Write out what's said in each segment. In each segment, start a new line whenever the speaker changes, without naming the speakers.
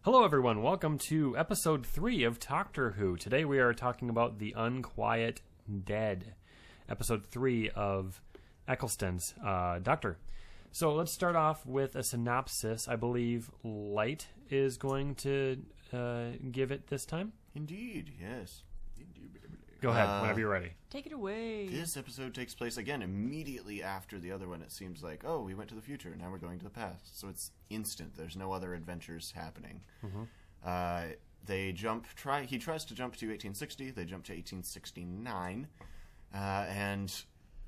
Hello, everyone. Welcome to episode three of Doctor Who. Today we are talking about the Unquiet Dead, episode three of Eccleston's uh, Doctor. So let's start off with a synopsis. I believe Light is going to uh, give it this time.
Indeed, yes. Indubitably.
Go ahead,
Uh,
whenever you're ready.
Take it away.
This episode takes place again immediately after the other one. It seems like, oh, we went to the future, now we're going to the past. So it's instant. There's no other adventures happening. Uh, they jump. Try he tries to jump to 1860. They jump to 1869, uh, and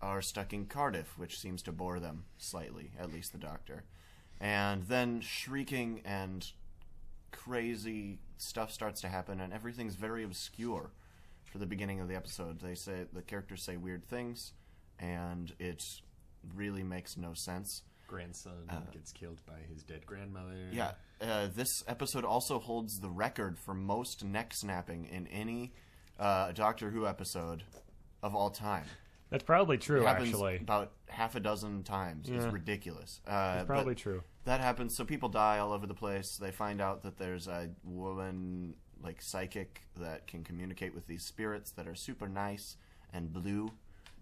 are stuck in Cardiff, which seems to bore them slightly, at least the Doctor. And then shrieking and crazy stuff starts to happen, and everything's very obscure for the beginning of the episode. They say the characters say weird things, and it really makes no sense. Uh,
grandson gets killed by his dead grandmother.
Yeah, uh, this episode also holds the record for most neck snapping in any uh, Doctor Who episode of all time.
That's probably true,
It happens
actually.
about half a dozen times.
Yeah.
It's ridiculous. Uh,
It's probably
but
true.
That happens. So people die all over the place. They find out that there's a woman, like psychic, that can communicate with these spirits that are super nice and blue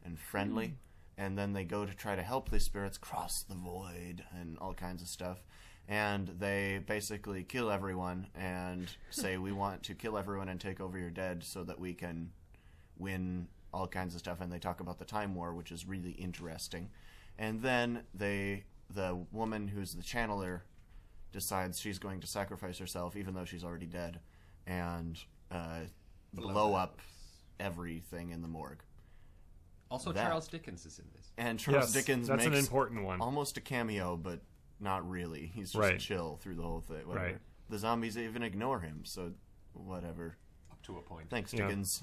and friendly. And then they go to try to help these spirits cross the void and all kinds of stuff. And they basically kill everyone and say, We want to kill everyone and take over your dead so that we can win all kinds of stuff and they talk about the time war which is really interesting and then they the woman who's the channeler decides she's going to sacrifice herself even though she's already dead and uh, blow up everything in the morgue
Also,
That.
Charles Dickens is in this.
and charles
yes,
dickens
that's
makes
an important one.
almost a cameo but not really he's just
Right.
chill through the whole thing whatever.
Right.
the zombies even ignore him so whatever
Up to a point.
thanks
Yeah.
dickens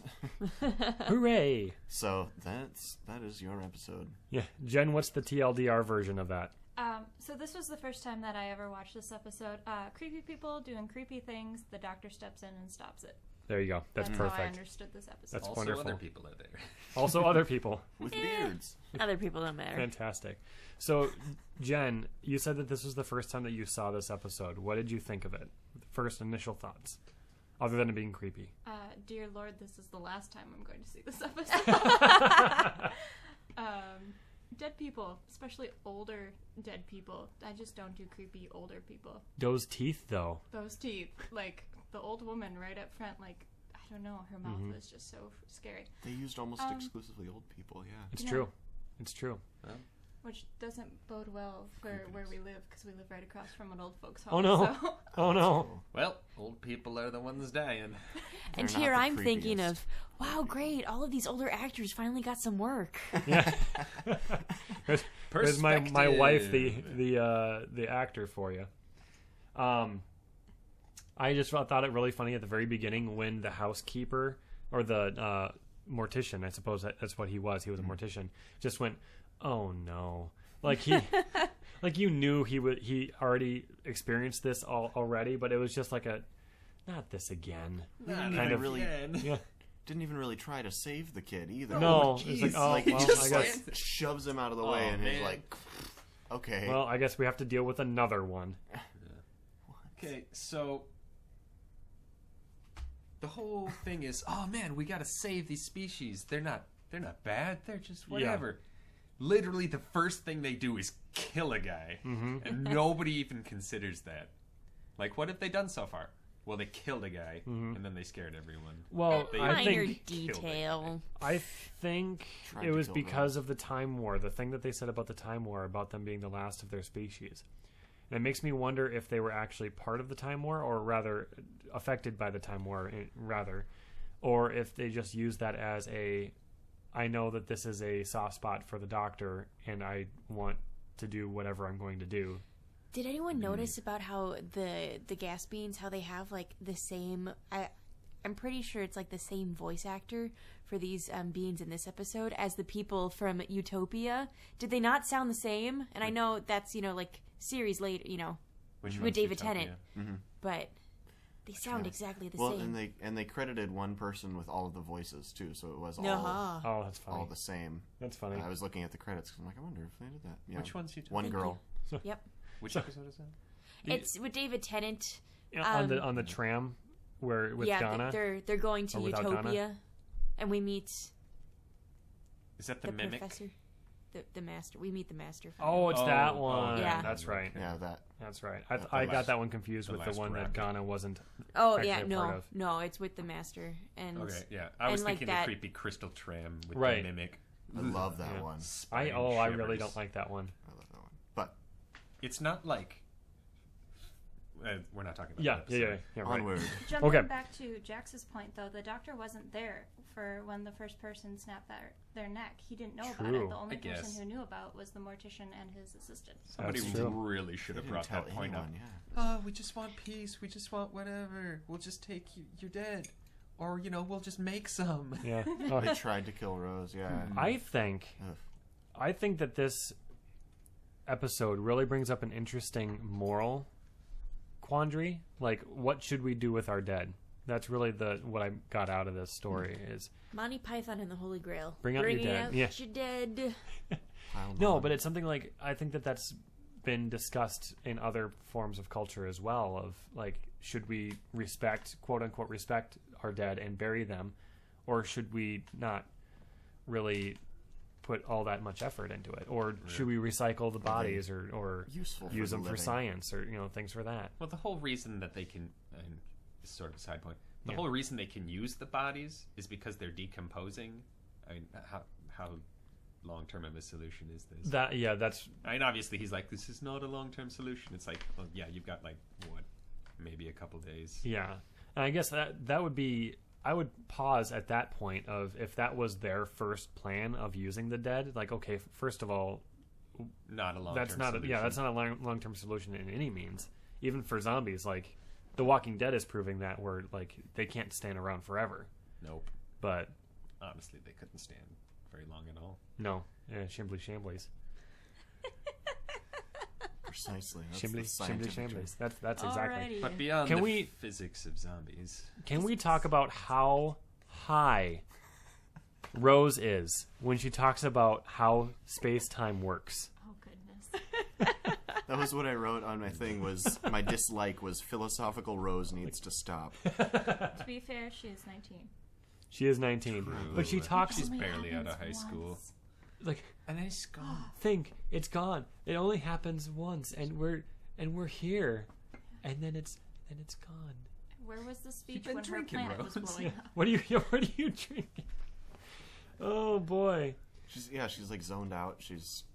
Hooray!
so that's that is your episode
Yeah, Jen, what's the TLDR version of that?
Um, so this was the first time that I ever watched this episode. Uh, creepy people doing creepy things. The doctor steps in and stops it.
There you go. That's,
how I
perfect.
understood this episode.
That's
also,
wonderful.
other people are there.
also, other people.
with beards
Other people don't matter.
Fantastic. So, Jen, you said that this was the first time that you saw this episode. What did you think of it? First initial thoughts, other than it being creepy.
Uh, dear Lord, this is the last time I'm going to see this episode. um, dead people, especially older dead people. I just don't do creepy older people.
Those teeth, though.
Those teeth, like the old woman right up front, like I don't know, her mouth
Mm-hmm.
was just so scary.
They used almost
Um,
exclusively old people, yeah.
It's
Yeah.
true. It's true.
Which doesn't bode well for where we live because we live right across from an old folks home.
Oh, no.
So.
Oh no.
Well, old people are the ones dying.
and
They're not
here
the
I'm thinking
creepiest.
of, wow, great, all of these older actors finally got some work.
Yeah. there's, there's my my wife, the
Perspective.
the uh, the actor for you. Um, I just thought thought it really funny at the very beginning when the housekeeper or the uh, mortician, I suppose that, that's what he was. He was a mortician. Just went, oh no, like he. Like you knew he would, he already experienced this all already, but it was just like a, not this again.
Not
Mm-hmm. Kind of-
really-
again.
Yeah,
Didn't even really try to save the kid either.
no, it's
jeez.
like oh,
like
well,
he just
I guess,
like shoves him out of the way,
Oh,
and he's
man.
like, "Okay,
well, I guess we have to deal with another one.
Okay, so the whole thing is, oh man, we gotta save these species. They're not, they're not bad. They're just whatever. Literally, the first thing they do is kill a guy,
Mm-hmm.
and nobody even considers that. Like, what have they done so far? Well, they killed a guy,
Mm-hmm.
and then they scared everyone.
Oh,
Well, I
Minor
think
detail.
I think
Tried
it
to
was
kill them.
because of the time war. The thing that they said about the time war, about them being the last of their species, and it makes me wonder if they were actually part of the time war, or rather affected by the time war, eh, rather, or if they just used that as a, I know that this is a soft spot for the doctor, and I want to do whatever I'm going to do.
Did anyone
Mm-hmm.
notice about how the the gas beans, how they have like the same? I, I'm pretty sure it's like the same voice actor for these um, beans in this episode as the people from Utopia. Did they not sound the same? And I know that's you know like series later, you know,
Which
Mm-hmm.
with David Tennant, but they sound exactly the
well."
same.
And they and they credited one person with all of the voices too, so it was all Uh,
Uh-huh.
Oh, that's
all
funny.
the same.
That's funny.
And I was looking at the credits, 'cause I'm like, I wonder if they did that. Yeah.
Which one's you?
One
Thank
girl.
Yep.
Which episode is that?
It's with David Tennant
on the
Um,
on the tram where with
yeah, th-
Donna.
they're they're going to
Or without Donna?
Utopia, and we meet
Is that the,
the,
mimic?
professor, the the master. We meet the master.
oh, it's
Oh,
that
oh,
one.
Yeah.
That's right.
Yeah, that.
That's right. I,
That's the
I
last-
got that one confused
the
with the
last
one that
rocket.
Ghana wasn't.
Oh
actually
yeah,
a part
no,
of.
no, it's with the master and
Okay, yeah. I was
And, like,
thinking
that-
the creepy crystal tram with
Right.
the mimic.
I love that
Yeah.
one.
I
Spine
oh, I really
shivers.
don't like that one.
I love that one. But
It's not like. Uh, we're not talking about.
Yeah,
that
yeah, yeah,
episode.
yeah. Right.
onward.
Jumping
Okay.
back to Jax's point, though, the doctor wasn't there for when the first person snapped their, their neck. He didn't know about
True.
it. The only
I guess.
person who knew about was the mortician and his assistant.
Somebody
That's true.
really should
They
have
didn't
brought
tell
that point up.
anyone. Yeah.
Oh, we just want peace. We just want whatever. We'll just take you. You're dead, or you know, we'll just make some.
Yeah. Oh,
They tried to kill Rose. Yeah.
I think
Ugh.
I think that this episode really brings up an interesting moral quandary. Like, what should we do with our dead? That's really the what I got out of this story is
Monty Python and the Holy Grail.
Bring out your dead.
out
Yeah.
your dead.
Pile
no,
on.
but it's something like I think that that's been discussed in other forms of culture as well. Of like, should we respect quote unquote respect our dead and bury them, or should we not really put all that much effort into it, or should we recycle the bodies or or
useful.
use
for
them
the
for
living.
science or you know things for that.
Well, the whole reason that they can, and this is sort of a side point. The
Yeah.
whole reason they can use the bodies is because they're decomposing. I mean, how how long term of a solution is this?
That yeah, that's
I mean, obviously he's like, this is not a long term solution. It's like, well, yeah, you've got like what, maybe a couple days.
yeah. And I guess that that would be I would pause at that point of if that was their first plan of using the dead, like okay, f- first of all,
Not a long.
that's not a, yeah, that's not a long long term solution in any means. Even for zombies, like The Walking Dead is proving that where like they can't stand around forever.
Nope.
But
Honestly, they couldn't stand very long at all.
no, eh, shimbly shamblies,
Precisely. That's
shimbly
the
shimbly
scientific term.
shamblies. That's that's exactly.
Alrighty.
But beyond
Can
the
we-
physics of zombies,
Can we talk about how high Rose is when she talks about how space time works?
Oh, goodness.
That was what I wrote on my thing. Was my dislike was philosophical Rose needs to stop.
to be fair, she is 19.
She is 19, but she
Ooh,
talks
She's
Only
barely out of high
happens
school.
once.
like
And then it's gone.
think it's gone. It only happens once and we're and we're here and then it's and it's gone.
Where was the speech
been
when her
drinking,
planet was
Rose.
blowing up?
What are you what are you drinking? Oh boy.
She's yeah. She's like zoned out. She's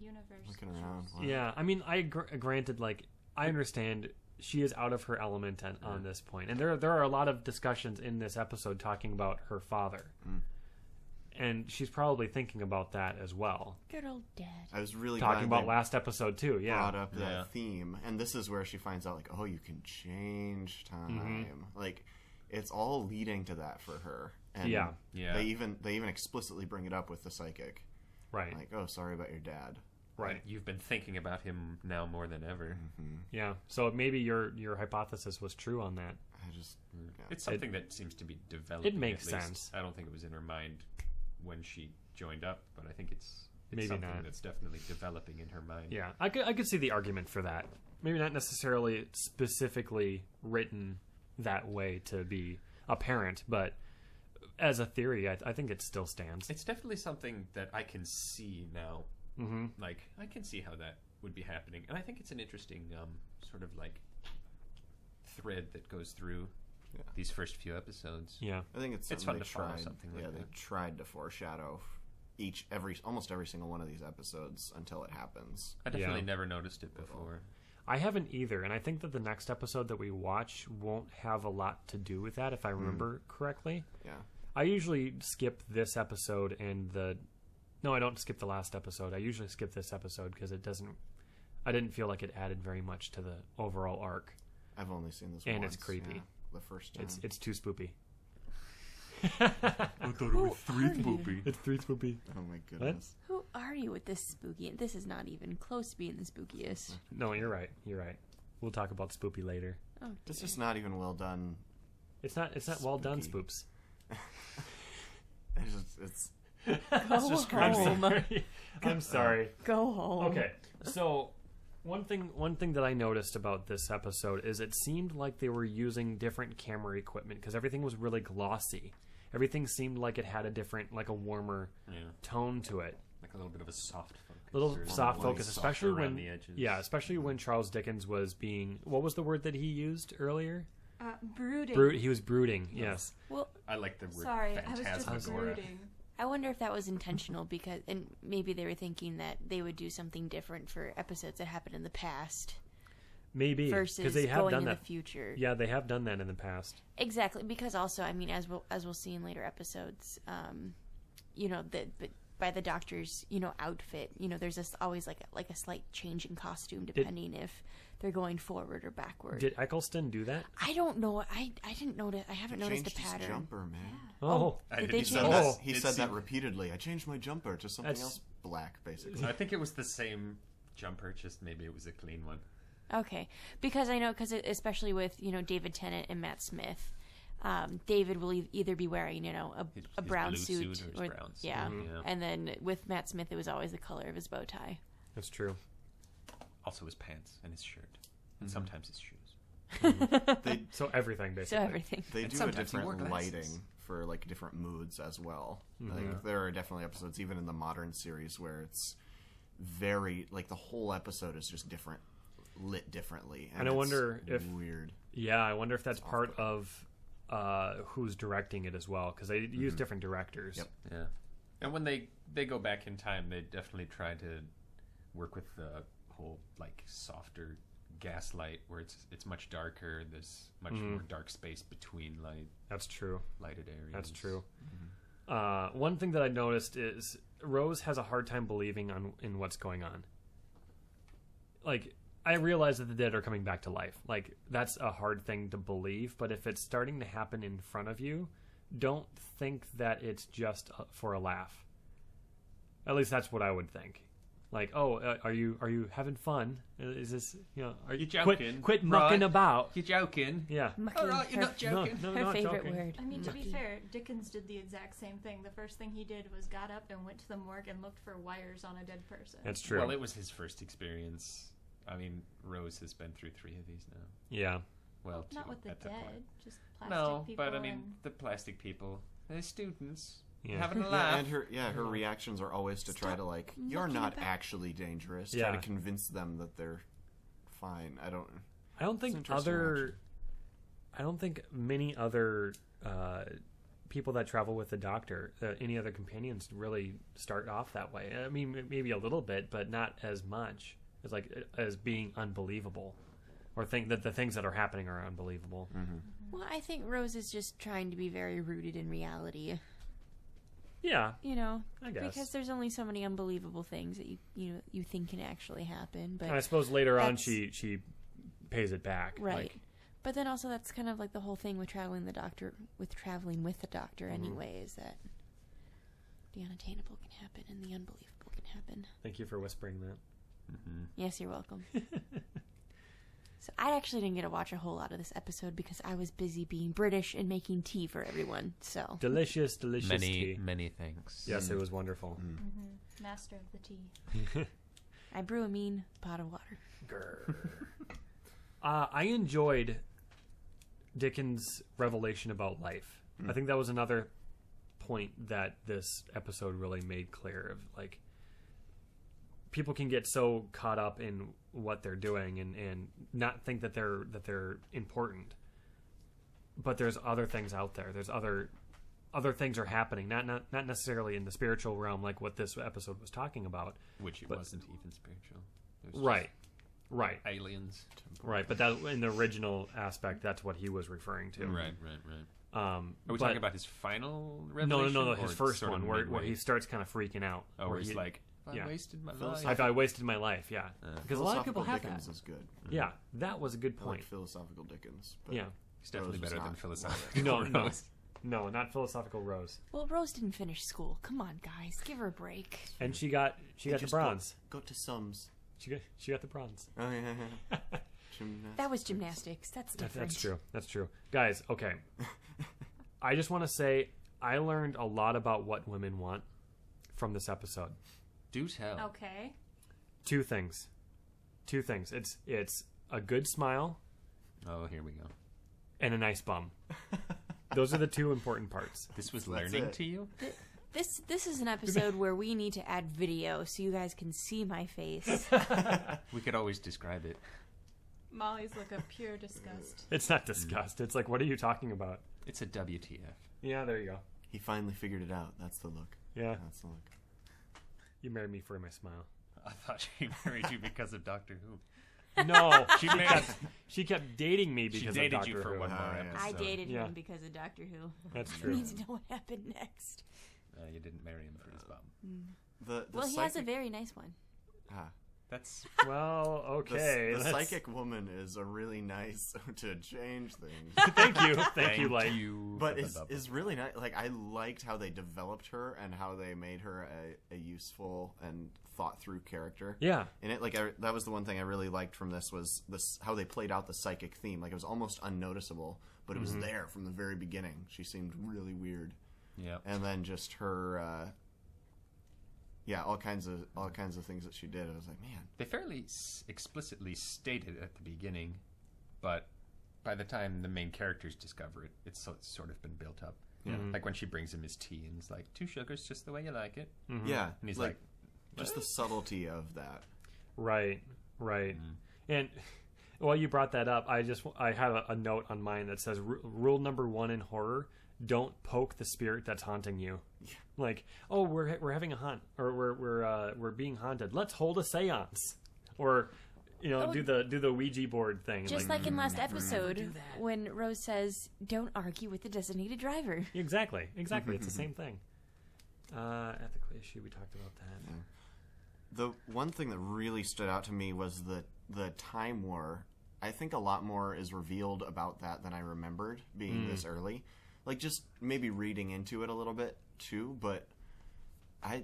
Universe.
looking around. Wow.
Yeah, I mean, I gr- granted, like, I understand she is out of her element on, on this point, and there there are a lot of discussions in this episode talking about her father,
Hmm.
and she's probably thinking about that as well.
Good old dad.
I was really
Talking
glad
about
they
last episode too, yeah.
brought up that
Yeah.
theme, and this is where she finds out like, oh, you can change time.
Mm-hmm.
Like, it's all leading to that for her. And
Yeah.
Yeah.
They even they even explicitly bring it up with the psychic.
Right,
Like, hmm. oh, sorry about your dad.
right,
You've been thinking about him now more than ever.
yeah. So maybe your your hypothesis was true on that.
I just yeah.
It's something that seems to be developed.
makes
at least.
sense.
I don't think it was in her mind when she joined up, but I think it's, it's
Maybe
something
not.
that's definitely developing in her mind.
Yeah, I could I could see the argument for that. Maybe not necessarily specifically written that way to be apparent, but as a theory, I, I think it still stands.
It's definitely something that I can see now.
Mm-hmm.
Like I can see how that would be happening, and I think it's an interesting um, sort of like thread that goes through
Yeah.
these first few episodes.
Yeah.
I think it's
It's
something
fun to
they
follow
tried-
something like
yeah, they
that.
tried to foreshadow each every almost every single one of these episodes until it happens.
I definitely
Yeah.
never noticed it before.
I haven't either, and I think that the next episode that we watch won't have a lot to do with that, if I remember correctly.
Yeah,
I usually skip this episode and the. No, I don't skip the last episode. I usually skip this episode because it doesn't. I didn't feel like it added very much to the overall arc.
I've only seen this
And
once,
it's creepy.
yeah, the first time.
It's it's too spoopy.
I thought it was three
It's three spoopy.
oh my goodness.
Who are you with this spooky? This is not even close to being the spookiest.
No, you're right. You're right. We'll talk about spoopy later.
Oh,
It's just not even well done.
It's not. It's not well done,
Spooky.
spoops.
It's just, it's
go
just crazy.
home.
Um,
I'm sorry.
Go home.
Okay, so One thing, one thing that I noticed about this episode is it seemed like they were using different camera equipment because everything was really glossy. Everything seemed like it had a different, like a warmer
Yeah.
tone to it.
Like a little bit of a soft focus.
little
or
soft
like
focus,
softer
especially
around
when
the edges.
yeah, especially when Charles Dickens was being what was the word that he used earlier?
Uh, brooding.
Brood. He was brooding. Yes.
Well,
I like the word
Sorry, I was
phantasmagora.
just brooding.
I wonder if that was intentional because, and maybe they were thinking that they would do something different for episodes that happened in the past
Maybe
versus
because they have
going
done
in
that.
the future.
Yeah, they have done that in the past.
Exactly, because also, I mean, as we'll as we'll see in later episodes, um, you know, the but by the doctor's you know outfit, you know, there's this always like like a slight change in costume depending if they're going forward or backward.
Did Eccleston do that?
I don't know. I I didn't notice. I haven't noticed
Changed
the
his
pattern.
jumper, man.
Oh,
I
Did
did-
they
He said,
change-
that,
Oh.
he
It
said that
seemed-
repeatedly. I changed my jumper to something
That's-
else black, basically.
I think it was the same jumper, just maybe it was a clean one.
Okay, because I know because especially with you know David Tennant and Matt Smith, um, David will e- either be wearing you know a,
His-
a
his
brown
blue
suit,
suit or
or,
his brown suit,
yeah,
Mm-hmm.
yeah.
and then with Matt Smith it was always the color of his bow tie.
that's true.
Also his pants and his shirt. And sometimes his shoes.
They
So everything
So
basically.
everything.
they
And
do a
sometimes he wore
different
glasses.
lighting for like different moods as well.
Mm-hmm.
Like there are definitely episodes, even in the modern series, where it's very like the whole episode is just different, lit differently.
And I
it's
wonder if-
weird.
Yeah, I wonder if that's part of uh, who's directing it as well because they use different directors.
Yep.
Yeah. And when they they go back in time, they definitely try to work with the whole like softer gaslight where it's it's much darker, there's much
Mm-hmm.
more dark space between light
That's true.
lighted areas.
That's true. Uh, one thing that I noticed is Rose has a hard time believing on in what's going on. Like I realize that the dead are coming back to life. Like that's a hard thing to believe, but if it's starting to happen in front of you, don't think that it's just uh, for a laugh. At least that's what I would think. Like, oh, uh, are you are you having fun? Uh, Is this you know? Are
You
Quit,
joking,
quit
right?
mucking about.
You joking? Oh,
Yeah.
Mucking,
you're
her
not joking.
No, no,
her
Oh, not
favorite
joking.
word.
I mean, to be fair, Dickens did the exact same thing. The first thing he did was got up and went to the morgue and looked for wires on a dead person.
That's true.
Well, it was his first experience. I mean, Rose has been through three of these now.
yeah.
Well,
Not
two
with the
at that
dead,
point.
just plastic
No,
people.
but I mean
and-
the plastic people. They're students
Yeah.
having a
Yeah,
laugh.
and her yeah, her reactions are always to try to like you're
mucking
not
about."
actually dangerous. Try
Yeah.
to convince them that they're fine. I don't.
I don't
an
think
interesting
other. I don't think many other uh, people that travel with the doctor, uh, any other companions, really start off that way. I mean, m- maybe a little bit, but not as much as like as being unbelievable, or think that the things that are happening are unbelievable.
Well, I think Rose is just trying to be very rooted in reality.
Yeah,
You know,
I guess.
because there's only so many unbelievable things that you you know you think can actually happen, but
and I suppose later on
That's-
she she pays it back.
Right.
Like,
but then also that's kind of like the whole thing with traveling the doctor with traveling with the doctor
Mm-hmm.
anyway is that the unattainable can happen and the unbelievable can happen.
thank you for whispering that.
Mm-hmm.
Yes, you're welcome. so I actually didn't get to watch a whole lot of this episode because I was busy being British and making tea for everyone. So
Delicious, delicious tea.
many things.
Yes, it was wonderful.
master of the tea.
I brew a mean pot of water.
Uh, I enjoyed Dickens' revelation about life. I think that was another point that this episode really made clear of like people can get so caught up in what they're doing and, and not think that they're that they're important. But there's other things out there. There's other other things are happening. Not not not necessarily in the spiritual realm like what this episode was talking about.
Which it
But-
wasn't even spiritual. It was
Right. Right.
just aliens.
Right. But that in the original aspect that's what he was referring to.
Right, right, right.
Um,
Mm-hmm. Are
but-
we talking about his final
no, no,
revelation?
no, no,
or
his
it's
first
sort of
one where, where
midway?
he starts kind of freaking out.
oh, where he's
he-
like, I
yeah.
wasted my
Philosoph-
I,
life.
I wasted my life. Yeah, because a lot of people
Philosophical
have
Dickens
that.
is good.
Mm-hmm.
Yeah, that was a good
I
Oh,
like
point.
philosophical Dickens. But
Yeah,
It's definitely
Rose was
better than
not.
philosophical.
No, no.
Rose.
no, not philosophical rose.
Well, Rose didn't finish school. Come on, guys, give her a break.
And she got she
He
got the
just got-
bronze.
Got, to sums.
She got she got the bronze.
Oh yeah. yeah, yeah. Gymnastics.
That was gymnastics. That's
That,
different.
that's true. That's true, guys. Okay, I just want to say I learned a lot about what women want from this episode.
oh.
Oh.
Do tell.
Okay.
Two things. two things. It's it's a good smile
Oh, here we go.
and a nice bum. Those are the two important parts.
This was
That's
learning
it.
to you.
This this is an episode where we need to add video so you guys can see my face.
We could always describe it.
Molly's look of pure disgust.
It's not disgust. It's like, what are you talking about?
It's a WTF.
Yeah, there you go.
He finally figured it out. That's the look.
Yeah,
That's the look.
you married me for my smile.
I thought she married you because of Doctor Who.
No,
She married.
she kept dating me
she
because of
dated
Doctor
you for
Who.
one more
Ah, yeah.
episode.
I dated
Yeah.
him because of Doctor Who.
That's
I
true.
need to know what happened next.
Uh, you didn't marry him for his bum.
The, the
well, he has a
psychic-
very nice one.
ah.
That's
Well,
The,
okay.
the
that's-
psychic woman is a really nice to change things.
Thank you, thank, you, Light.
you.
but it's, it's really nice. Like I liked how they developed her and how they made her a, a useful and thought through character.
Yeah,
And it like I, that was the one thing I really liked from this was this how they played out the psychic theme. Like it was almost unnoticeable, but it was
Mm-hmm.
there from the very beginning. She seemed really weird,
yeah.
and then just her, uh, yeah, all kinds of all kinds of things that she did. I was like, man,
They fairly s- explicitly stated it at the beginning, but by the time the main characters discover it, it's so, sort of been built up. Yeah.
Mm-hmm.
Like when she brings him his tea and is like, two sugars just the way you like it.
yeah,
Mm-hmm. And he's like,
just the subtlety of that.
right, right. And while you brought that up, I just I had a, a note on mine that says "Ru- rule number one in horror: don't poke the spirit that's haunting you. Like, oh, we're we're having a hunt, or we're we're uh, we're being haunted. Let's hold a séance, or you know,
Oh.
do the do the Ouija board thing.
Just like in
Mm,
last episode when Rose says, "Don't argue with the designated driver."
Exactly, exactly. it's the same thing. Uh, ethical issue. We talked about that.
The one thing that really stood out to me was the the time war. I think a lot more is revealed about that than I remembered being this early. Like just maybe reading into it a little bit too, but I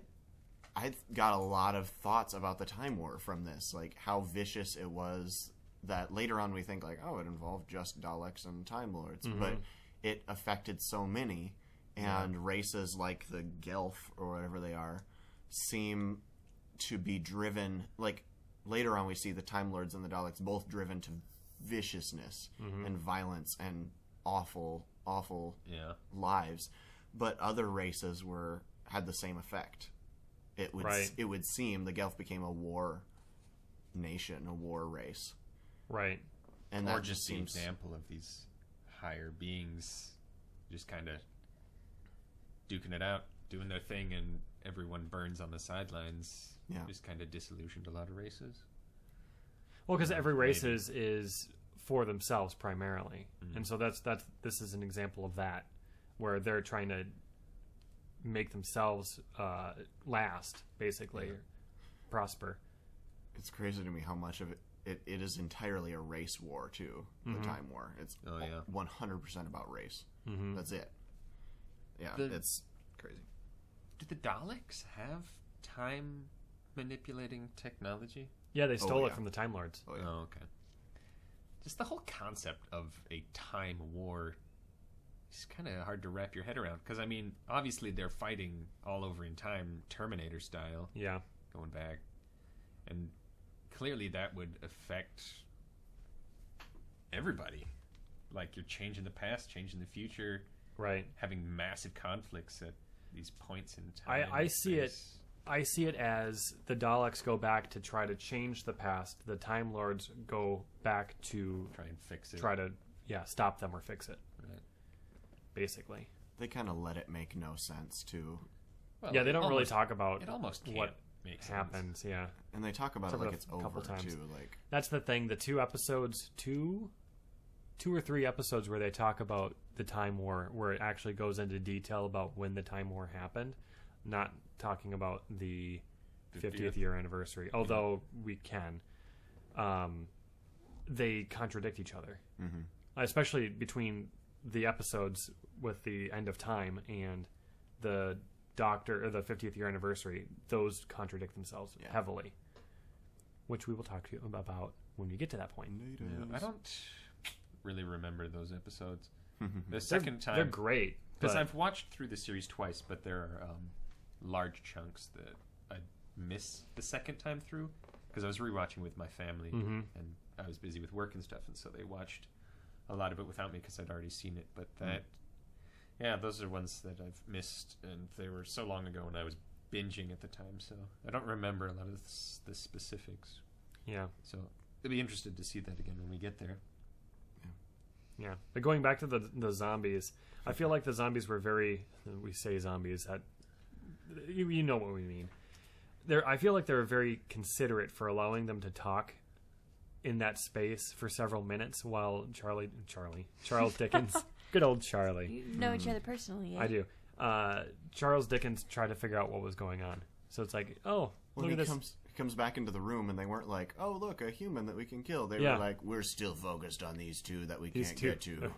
I got a lot of thoughts about the time war from this, like how vicious it was that later on we think like, oh, it involved just Daleks and Time Lords, but it affected so many and races like the Gelf or whatever they are seem to be driven like later on we see the time lords and the daleks both driven to viciousness
Mm-hmm.
and violence and awful awful
Yeah.
lives but other races were had the same effect it would
Right.
it would seem the gelf became a war nation a war race
Right.
and
or
that
just
just
the
seems
example of these higher beings just kind of duking it out, doing their thing, and everyone burns on the sidelines.
Yeah.
Just kind of disillusioned a lot of races.
Well, because every race
maybe.
is is for themselves primarily,
Mm-hmm.
and so that's that's this is an example of that, where they're trying to make themselves uh, last, basically, or prosper.
it's crazy to me how much of it it, it is entirely a race war too the time war it's
Oh, yeah. Mm-hmm.
100% about race that's it yeah
The-
it's crazy
Do the Daleks have time manipulating technology?
Yeah, they stole
yeah.
it from the Time Lords.
Oh, yeah.
Oh, okay. Just the whole concept of a time war is kind of hard to wrap your head around because, I mean, obviously they're fighting all over in time, Terminator style,
Yeah,
going back. And clearly that would affect everybody. Like, you're changing the past, changing the future,
right.
having massive conflicts at these points in
I-
time.
I
and
see it
space.
I see it as the Daleks go back to try to change the past. The Time Lords go back to
Try and fix it.
try to yeah stop them or fix it,
Right.
basically.
they kind of let it make no sense too
Well,
yeah, they
it
don't really
almost-
talk about
It almost can't
what
make sense.
happens. Yeah.
and they talk about it
Except for
like
the
it's
f- couple
over
times.
too like
that's the thing the two episodes two two or three episodes where they talk about the time war where it actually goes into detail about when the time war happened not talking about the 50th,
50th.
year anniversary although we can um, they contradict each other especially between the episodes with the end of time and the doctor or the 50th year anniversary those contradict themselves
Yeah.
heavily which we will talk to you about when we get to that point
Yeah, I don't really remember those episodes.
Mm-hmm.
the second
they're,
time,
they're great
because
but-
I've watched through the series twice, but there are um, large chunks that I miss the second time through. because I was rewatching with my family
Mhm.
and I was busy with work and stuff, and so they watched a lot of it without me because I'd already seen it. But
Hmm.
that, yeah, those are ones that I've missed, and they were so long ago, and I was binging at the time, so I don't remember a lot of the, s- the specifics.
Yeah.
So I'd be interested to see that again when we get there.
Yeah, but going back to the the zombies, I feel like the zombies were very. We say zombies that you, you know what we mean. There, I feel like they were very considerate for allowing them to talk in that space for several minutes while Charlie, Charlie, Charles Dickens, good old Charlie,
You know each other personally. eh? Yeah?
Mm. I do. Uh, Charles Dickens tried to figure out what was going on, so it's like, oh, look
When he
at this.
comes he comes back into the room and they weren't like, "Oh, look, a human that we can kill." They
Yeah.
were like, "We're still focused on these two that we
These
can't
two.
get to."
Like,
Like,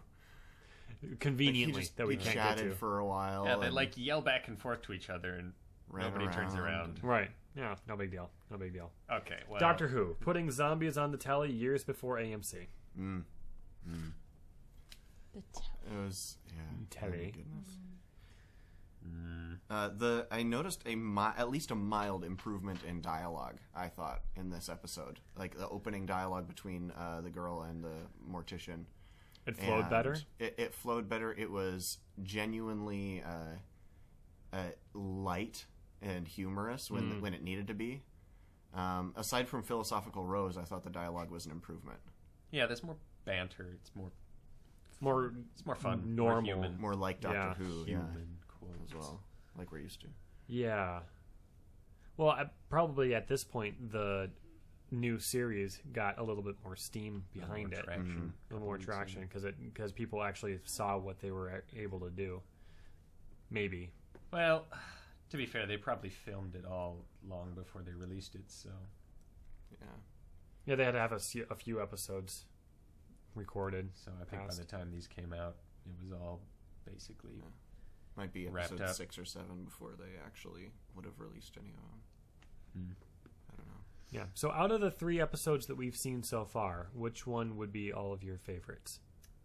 he
Conveniently,
just-
that we
they
can't get
chatted
to.
for a while.
Yeah, they
and
like yell back and forth to each other, and
ran
nobody turns around.
right? Yeah, no big deal. No big deal.
Okay, well,
Doctor Who putting zombies on the tally years before AMC.
The t-
It was yeah.
Mm, Terry.
my goodness. Uh, the I noticed a mi- at least a mild improvement in dialogue. I thought in this episode, like the opening dialogue between uh, the girl and the mortician
It flowed
and
better.
It, it flowed better. It was genuinely uh, uh, light and humorous when
Mm.
when it needed to be. Um, aside from philosophical rose, I thought the dialogue was an improvement,
yeah, there's more banter. It's more,
More
it's more fun.
Normal.
more human,
more like Doctor
Yeah,
Who, yeah,
human quotes.
as well, like we're used to.
Yeah. Well, I, probably at this point, the new series got a little bit more steam behind
more
it,
Mm.
traction.
a little more traction because it because people actually saw what they were a- able to do. Maybe.
Well, to be fair, they probably filmed it all long before they released it, so
Yeah.
Yeah, they had to have a, se- a few episodes recorded.
so I think by
Past.
the time these came out, it was all basically
Might be
Wrapped
episode
up.
six or seven before they actually would have released any of them. I don't know.
Yeah. So out of the three episodes that we've seen so far, which one would be all of your favorites?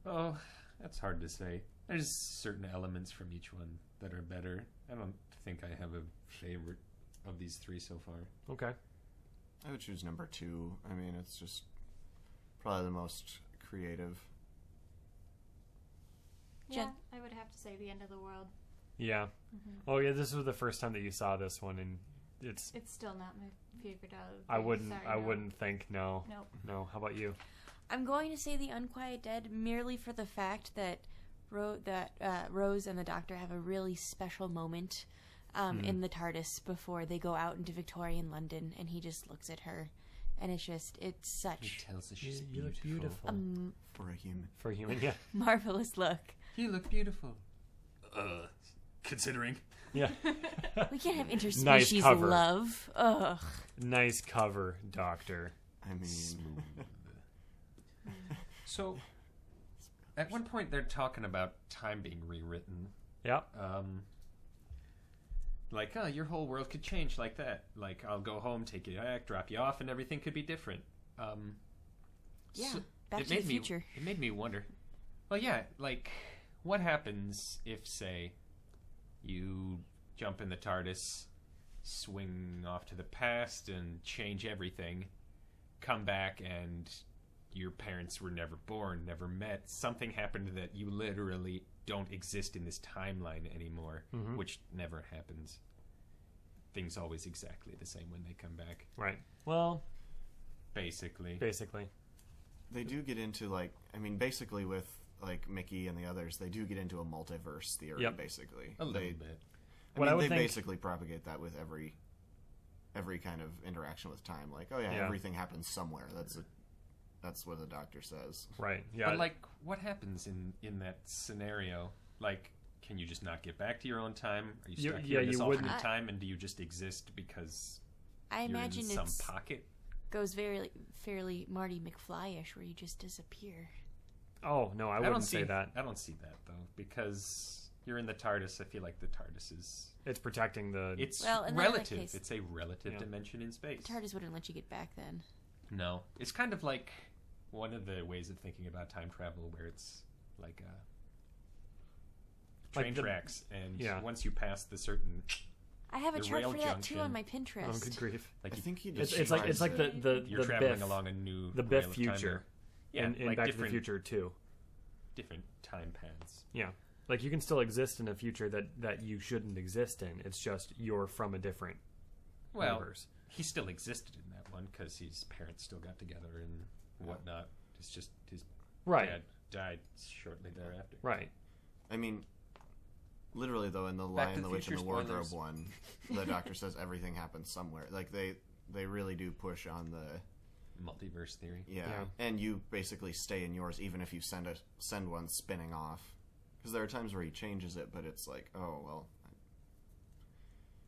Oh, that's hard to say. There's certain elements from each one that are better. I don't think I have a favorite of these three so far.
Okay.
I would choose number two. I mean, it's just probably the most creative.
Yeah,
Jen-
I would have to say the end of the world.
Yeah.
Mm-hmm.
Oh yeah, this was the first time that you saw this one, and it's.
It's still not my favorite out of. the
I
three.
wouldn't.
Sorry,
I
no.
wouldn't think no.
Nope.
No. How about you?
I'm going to say the Unquiet Dead merely for the fact that Ro- that uh, Rose and the Doctor have a really special moment um, in
Hmm.
the TARDIS before they go out into Victorian London, and he just looks at her, and it's just it's such
tells us
um,
For a human.
for human. Yeah.
marvelous look.
You look beautiful. Uh, considering.
Yeah.
We can't have interspecies
cover.
love. Ugh.
nice cover, Doctor.
I mean,
So, at one point they're talking about time being rewritten.
Yep.
um, like, oh, your whole world could change like that. Like, I'll go home, take you back, drop you off, and everything could be different. Um,
Yeah,
so-
Back
it
to the
made me-
Future.
it made me wonder. Well, yeah, like, what happens if, say, you jump in the TARDIS, swing off to the past, and change everything, come back, and your parents were never born, never met. Something happened that you literally don't exist in this timeline anymore, which never happens. Things always exactly the same when they come back,
Right. Well,
basically.
basically.
they do get into like, I mean, basically with like Mickey and the others, they do get into a multiverse theory.
Yep.
Basically,
A little
they,
bit.
I
What
mean,
I would
they
think-
basically propagate that with every every kind of interaction with time. Like, oh yeah,
Yeah.
everything happens somewhere. That's a that's what the doctor says.
Right. Yeah.
But like, what happens in in that scenario? Like, can you just not get back to your own time? Are you
You-
stuck
yeah,
here in this
you
alternate
wouldn't-
time, and do you just exist because
I
you're
imagine
in
it
some pocket?
goes very fairly Marty McFly-ish, where you just disappear.
oh no, I
I don't
wouldn't
see
say that.
I don't see that though, because you're in the TARDIS. I feel like the TARDIS is
It's protecting the.
it's
Well, in that
relative.
case-
it's a relative
Yeah.
dimension in space.
TARDIS wouldn't let you get back then.
No, it's kind of like one of the ways of thinking about time travel, where it's like uh
Like
train
the-
tracks, and
yeah.
once you pass the certain
I have a
The
chart
rail
for that
junction.
too on my
Oh,
Pinterest.
good grief!
Like
I
you-
think he
It's,
just.
it's like it's like the the,
you're
the
traveling
Biff,
along a new
the
rail
Biff
of
future,
Yeah,
and, and
like
Back to the
different-
Future too.
time, different time paths.
Yeah, like you can still exist in a future that that you shouldn't exist in. It's just you're from a different
Well,
universe.
he still existed in that one because his parents still got together and whatnot. It's just his
Right,
dad died shortly thereafter.
right.
I mean, literally though, in the
Back to
Lion, the,
the
Witch, and the
Future
Wardrobe
spoilers.
one, the Doctor says everything happens somewhere. Like they they really do push on the
Multiverse theory.
yeah,
Yeah.
and you basically stay in yours even if you send a send one spinning off. Because there are times where he changes it, but it's like, oh well,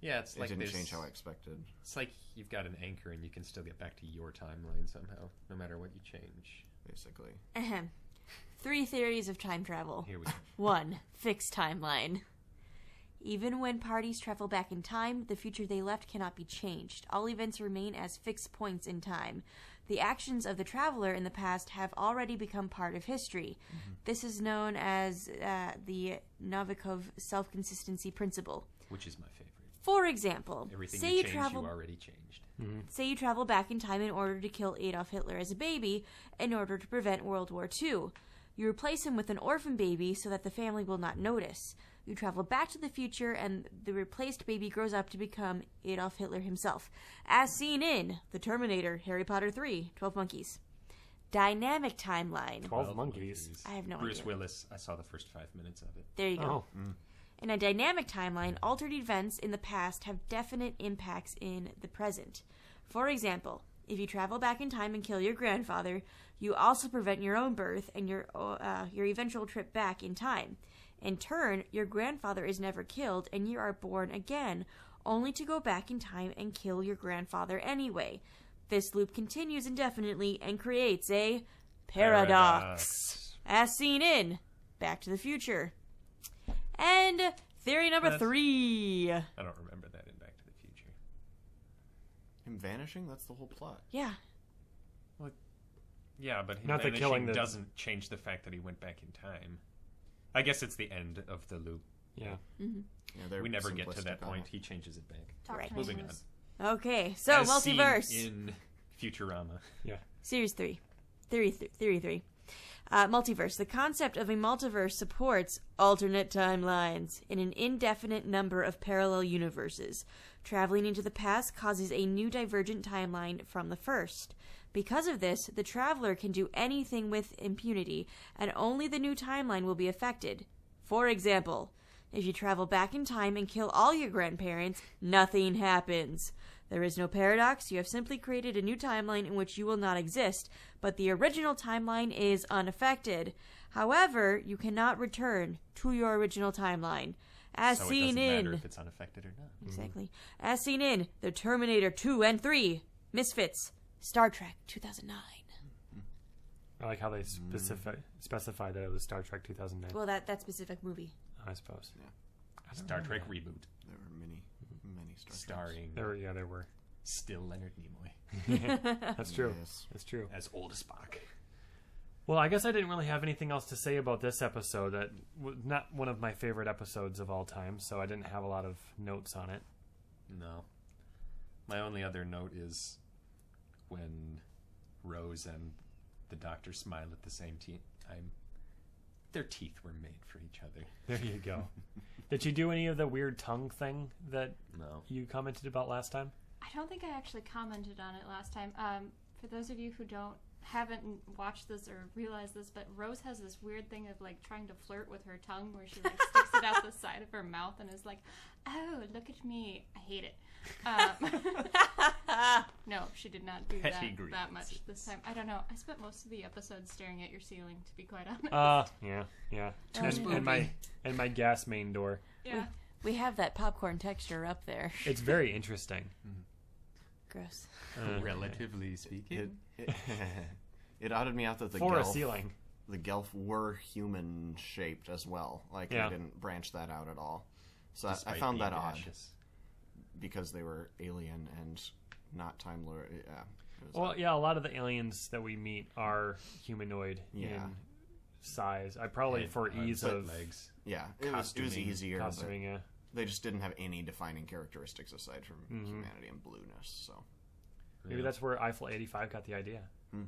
Yeah, it's
it
like
didn't
this,
change how I expected.
It's like you've got an anchor and you can still get back to your timeline somehow, no matter what you change.
Basically,
Ahem. Three theories of time travel.
Here we go.
One, fixed timeline. Even when parties travel back in time, the future they left cannot be changed. All events remain as fixed points in time. The actions of the traveler in the past have already become part of history.
Mm-hmm.
This is known as uh, the Novikov self consistency principle.
Which is my favorite.
For example,
Everything
say
you
you,
change,
travel
you already changed.
Say you travel back in time in order to kill Adolf Hitler as a baby in order to prevent World War II. You replace him with an orphan baby so that the family will not notice. You travel back to the future and the replaced baby grows up to become Adolf Hitler himself, as seen in The Terminator, Harry Potter 3, 12 Monkeys. Dynamic timeline.
Twelve,
Twelve
monkeys.
Monkeys.
I have no
Bruce
idea.
Willis. I saw the first five minutes of it.
There you go.
Oh,
In a dynamic timeline, altered events in the past have definite impacts in the present. For example, if you travel back in time and kill your grandfather, you also prevent your own birth and your uh, your eventual trip back in time. In turn, your grandfather is never killed and you are born again, only to go back in time and kill your grandfather anyway. This loop continues indefinitely and creates a paradox as seen in Back to the Future. And theory number
That's-
three.
I don't remember that in Back to the Future.
him vanishing—that's the whole plot.
Yeah.
Yeah, but him
Not the
vanishing
killing the-
doesn't change the fact that he went back in time. I guess it's the end of the loop.
yeah.
Yeah, they're
We never get to
simplistic
that
on
point.
it.
He changes it back.
Talk
Right.
to my
Moving on.
nose.
Okay. So
As seen
multiverse.
in Futurama.
Series three. Theory th- theory three. Uh, multiverse. The concept of a multiverse supports alternate timelines in an indefinite number of parallel universes. Traveling into the past causes a new divergent timeline from the first. Because of this, the traveler can do anything with impunity, and only the new timeline will be affected. For example, if you travel back in time and kill all your grandparents, nothing happens. There is no paradox. You have simply created a new timeline in which you will not exist, but the original timeline is unaffected. However, you cannot return to your original timeline. As
so it
seen
doesn't
in
matter if it's unaffected or not.
Exactly. As seen in The Terminator 2 and 3, Misfits, Star Trek 2009.
I like how they specify specify that it was Star Trek 2009.
Well, that, that specific movie.
I suppose.
Star Trek reboot,
There were many, many Star Treks.
starring
There, yeah, there were.
still Leonard Nimoy
That's true.
Yes.
That's true.
as old as Spock.
Well, I guess I didn't really have anything else to say about this episode. That was not one of my favorite episodes of all time, so I didn't have a lot of notes on it.
No. My only other note is when Rose and the Doctor smile at the same te- time. Their teeth were made for each other.
There you go. Did you do any of the weird tongue thing that
No.
you commented about last time?
I don't think I actually commented on it last time. Um, for those of you who don't haven't watched this or realized this, but Rose has this weird thing of like trying to flirt with her tongue, where she like sticks it out the side of her mouth and is like, "Oh, look at me! I hate it." Um, no, she did not do that,
Petty
that much this time. I don't know. I spent most of the episode staring at your ceiling, to be quite honest.
Uh, yeah, yeah.
Too
and, and my and my gas main door.
yeah.
We have that popcorn texture up there.
It's very interesting.
Gross.
Uh,
Relatively speaking.
It, it, it outed me out that the
for a
Gelf-
ceiling.
the Gelf were human shaped as well. Like
Yeah.
they didn't branch that out at all. So I, I
despite
found
being
that odd
ashes.
because they were alien and not time lord. Yeah. It was
Well,
odd.
yeah, a lot of the aliens that we meet are humanoid
Yeah.
in size. I probably
Head,
for
arms,
ease
foot,
of
legs.
yeah, it was it was
Costuming.
easier. but
costuming. Yeah.
They just didn't have any defining characteristics aside from humanity and blueness. So
Maybe that's where Eiffel 85 got the idea.
Hmm.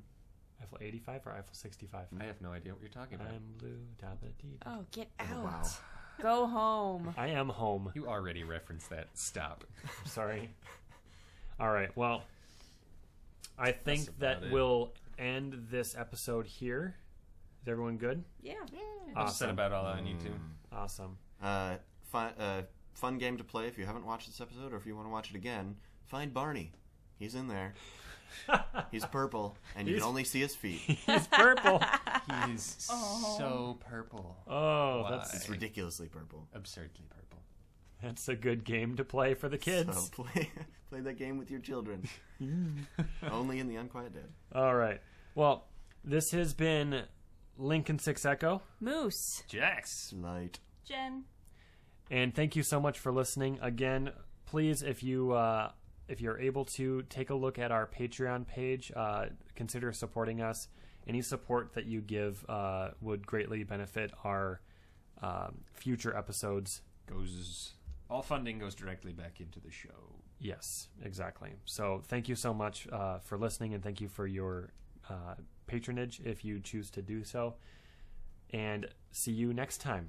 Eiffel 85 or Eiffel 65?
I have no idea what you're talking about.
I'm blue, da da dee. da.
Oh, get out. Go home.
I am home.
You already referenced that. Stop.
Sorry. All right. Well, I think that
about it.
we'll end this episode here. Is everyone good?
Yeah.
I said
Awesome.
about all that on YouTube.
Awesome.
Uh, fun, uh, fun game to play if you haven't watched this episode or if you want to watch it again. Find Barney. He's in there. He's purple, and you
He's-
can only see his feet.
He's purple.
Mm.
He is so purple.
Oh,
Why?
that's
It's ridiculously purple.
Absurdly purple.
that's a good game to play for the kids.
So play, play that game with your children. only in the Unquiet Dead.
All right. Well, this has been Lincoln Six Echo,
Moose.
Jax.
Light.
Jen.
and thank you so much for listening. Again, please, if you uh, if you're able to, take a look at our Patreon page. Uh, consider supporting us. Any support that you give uh, would greatly benefit our um, future episodes
Goes. All funding goes directly back into the show.
Yes, exactly. So thank you so much uh, for listening and thank you for your uh, patronage if you choose to do so. And see you next time.